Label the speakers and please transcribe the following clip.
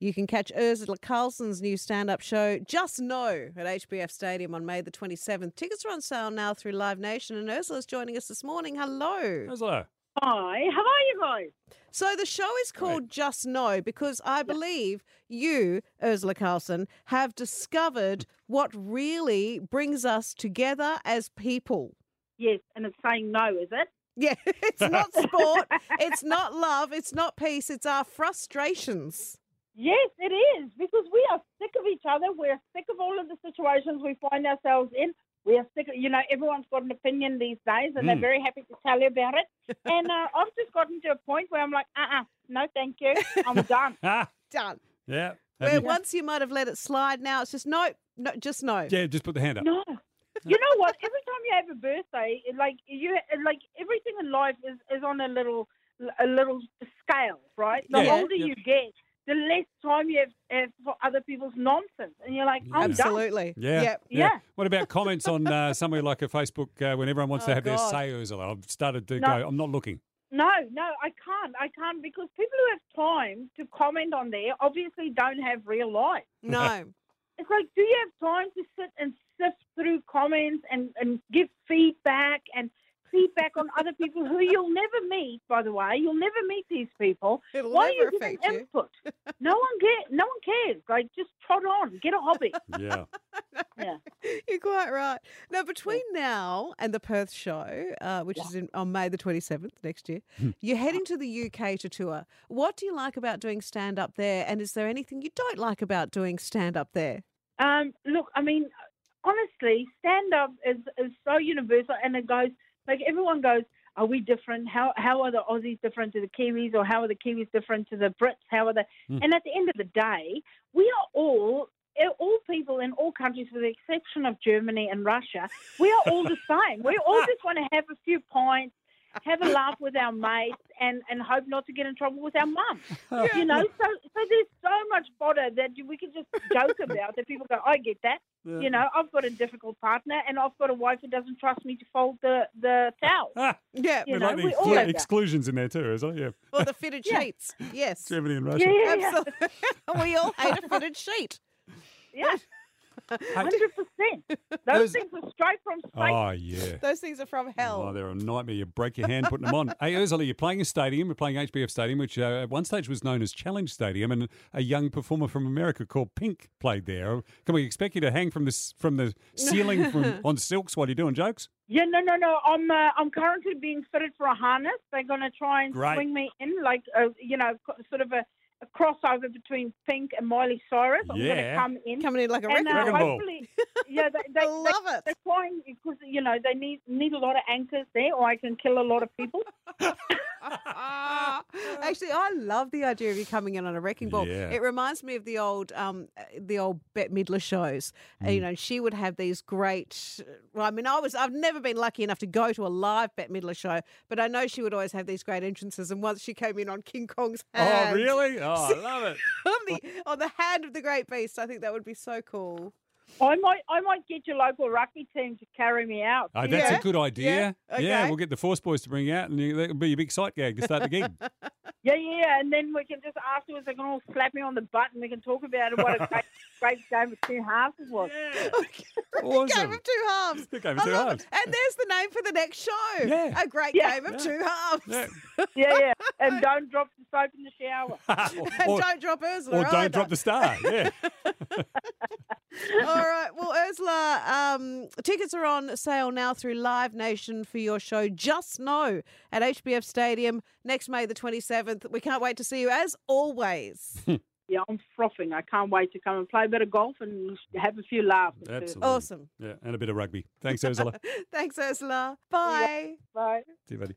Speaker 1: You can catch Ursula Carlson's new stand up show, Just Know, at HBF Stadium on May the 27th. Tickets are on sale now through Live Nation, and Ursula's joining us this morning. Hello.
Speaker 2: Ursula.
Speaker 3: Hi, how are you guys?
Speaker 1: So the show is called Just Know because I believe you, Ursula Carlson, have
Speaker 2: Mm.
Speaker 1: discovered what really brings us together as people.
Speaker 3: Yes, and it's saying no, is it?
Speaker 1: Yeah, it's not sport, it's not love, it's not peace, it's our frustrations.
Speaker 3: Yes, it is, because we are sick of each other. We're sick of all of the situations we find ourselves in. We are sick of, you know, everyone's got an opinion these days, and they're
Speaker 2: Mm.
Speaker 3: very happy to tell you about it. and uh, I've just gotten to a point where I'm like, uh uh no, thank you. I'm done.
Speaker 2: Ah,
Speaker 1: Done.
Speaker 2: yeah. Have
Speaker 1: Where
Speaker 2: you-
Speaker 1: once you might have let it slide, now it's just no, no, just no.
Speaker 2: yeah, just put the hand up.
Speaker 3: No. You know what? Every time you have a birthday, it, like you, it, like everything in life is, is on a little a little scale, right? The
Speaker 1: Yeah.
Speaker 3: older
Speaker 2: Yep.
Speaker 3: you get, the less time you have, have for other people's nonsense, and you're like, "Oh, I'm done.
Speaker 1: Absolutely.
Speaker 2: Yeah,
Speaker 1: Yep.
Speaker 3: Yeah.
Speaker 2: What about comments on uh, somewhere like a Facebook uh, when everyone wants
Speaker 1: Oh,
Speaker 2: to have
Speaker 1: God.
Speaker 2: their say, Ursula? I've started to
Speaker 3: No.
Speaker 2: go, I'm not looking.
Speaker 3: No, no, I can't. I can't because people who have time to comment on there obviously don't have real life.
Speaker 1: No.
Speaker 3: It's like, do you have time to sit and sift through comments and, and give feedback and feedback on other people who you'll never meet, by the way? You'll never meet these people.
Speaker 1: It'll
Speaker 3: Why are
Speaker 1: never
Speaker 3: you giving
Speaker 1: affect you.
Speaker 3: input? No one get, no one cares. Like just trot on, get a hobby.
Speaker 2: Yeah.
Speaker 3: Yeah.
Speaker 1: You're quite right. Now, between now and the Perth show, uh, which is in, on May the 27th next year,
Speaker 2: Hmm.
Speaker 1: you're heading to the UK to tour. What do you like about doing stand up there? And is there anything you don't like about doing stand up there?
Speaker 3: Um, look, I mean, honestly, stand up is, is so universal, and it goes like everyone goes, "Are we different? How how are the Aussies different to the Kiwis, or how are the Kiwis different to the Brits? How are they?"
Speaker 2: Mm.
Speaker 3: And at the end of the day, we are all eh, all people in all countries, with the exception of Germany and Russia, we are all the same. We all just want to have a few pints. Have a laugh with our mates and, and hope not to get in trouble with our mum.
Speaker 2: Ah,
Speaker 3: You know, so so there's so much fodder that we can just joke about that people go, I get that. You know, I've got a difficult partner and I've got a wife who doesn't trust me to fold the, the towel.
Speaker 2: Ah,
Speaker 1: Yeah.
Speaker 3: You
Speaker 2: we
Speaker 3: know,
Speaker 2: like the
Speaker 3: we all
Speaker 2: exclu-
Speaker 3: have that.
Speaker 2: exclusions in there too, Ursula. Yeah.
Speaker 1: Or the fitted
Speaker 3: Yeah.
Speaker 1: sheets. Yes.
Speaker 2: Germany and Russia.
Speaker 3: Yeah, yeah, yeah.
Speaker 1: Absolutely. we all hate a fitted sheet.
Speaker 3: yeah. Hundred percent.
Speaker 2: Those-
Speaker 3: Those things are straight from space.
Speaker 2: Oh, yeah.
Speaker 1: Those things are from
Speaker 2: Oh,
Speaker 1: hell.
Speaker 2: they're a nightmare. You break your hand putting them on. hey, Ursula, you're playing a stadium. You're playing HBF Stadium, which uh, at one stage was known as Challenge Stadium, and a young performer from America called Pink played there. Can we expect you to hang from the s- from the ceiling from on silks while you're doing jokes?
Speaker 3: Yeah, no, no, no. I'm uh, I'm currently being fitted for a harness. They're going to try and
Speaker 2: Great.
Speaker 3: swing me in, like a, you know, co- sort of a, a crossover between Pink and Miley Cyrus. I'm going
Speaker 2: Yeah.
Speaker 3: to come in.
Speaker 1: Coming in like a
Speaker 3: and
Speaker 1: wrecking
Speaker 3: uh,
Speaker 1: ball.
Speaker 2: Wrecking ball.
Speaker 3: hopefully, yeah, they, they,
Speaker 1: I
Speaker 3: they
Speaker 1: love it.
Speaker 3: They're trying because you know they need need a lot of anchors there, or I can kill a lot of people.
Speaker 1: Actually, I love the idea of you coming in on a wrecking ball.
Speaker 2: Yeah.
Speaker 1: It reminds me of the old, um, uh, the old Bette Midler shows. Uh,
Speaker 2: Mm.
Speaker 1: You know, she would have these great. Well, I mean, I was I've never been lucky enough to go to a live Bette Midler show, but I know she would always have these great entrances. And once she came in on King Kong's hand,
Speaker 2: Oh, really? Oh, I love it.
Speaker 1: on the on the hand of the great beast, I think that would be so cool.
Speaker 3: I might I might get your local rugby team to carry me out.
Speaker 2: Oh, that's
Speaker 1: Yeah,
Speaker 2: a good idea.
Speaker 1: yeah, okay.
Speaker 2: we'll get the Force Boys to bring you out, and you, that'll be your big sight gag to start the gig.
Speaker 3: Yeah, yeah, yeah, and then we can just afterwards they can all slap me on the butt and we can talk about it, what a great, great game of two halves it was.
Speaker 1: Game
Speaker 2: awesome.
Speaker 1: of two halves.
Speaker 2: The game of
Speaker 1: I
Speaker 2: two
Speaker 1: love
Speaker 2: halves.
Speaker 1: it. And there's the name for the next show.
Speaker 2: Yeah.
Speaker 1: A great
Speaker 3: Yeah.
Speaker 1: game of
Speaker 2: Yeah.
Speaker 1: two halves.
Speaker 2: Yeah.
Speaker 3: Yeah, yeah, and don't drop the soap in the shower.
Speaker 1: And
Speaker 2: or,
Speaker 1: don't drop Ursula.
Speaker 2: or
Speaker 1: either.
Speaker 2: don't drop the star. Yeah.
Speaker 1: All right. Well, Ursula, um, tickets are on sale now through Live Nation for your show Just Know at HBF Stadium next May the 27th. We can't wait to see you as always.
Speaker 3: Yeah, I'm frothing. I can't wait to come and play a bit of golf and have a few laughs. too.
Speaker 2: Absolutely.
Speaker 1: awesome.
Speaker 2: Yeah, and a bit of rugby. Thanks, Ursula.
Speaker 1: Thanks, Ursula. Bye.
Speaker 3: Bye.
Speaker 2: See you, buddy.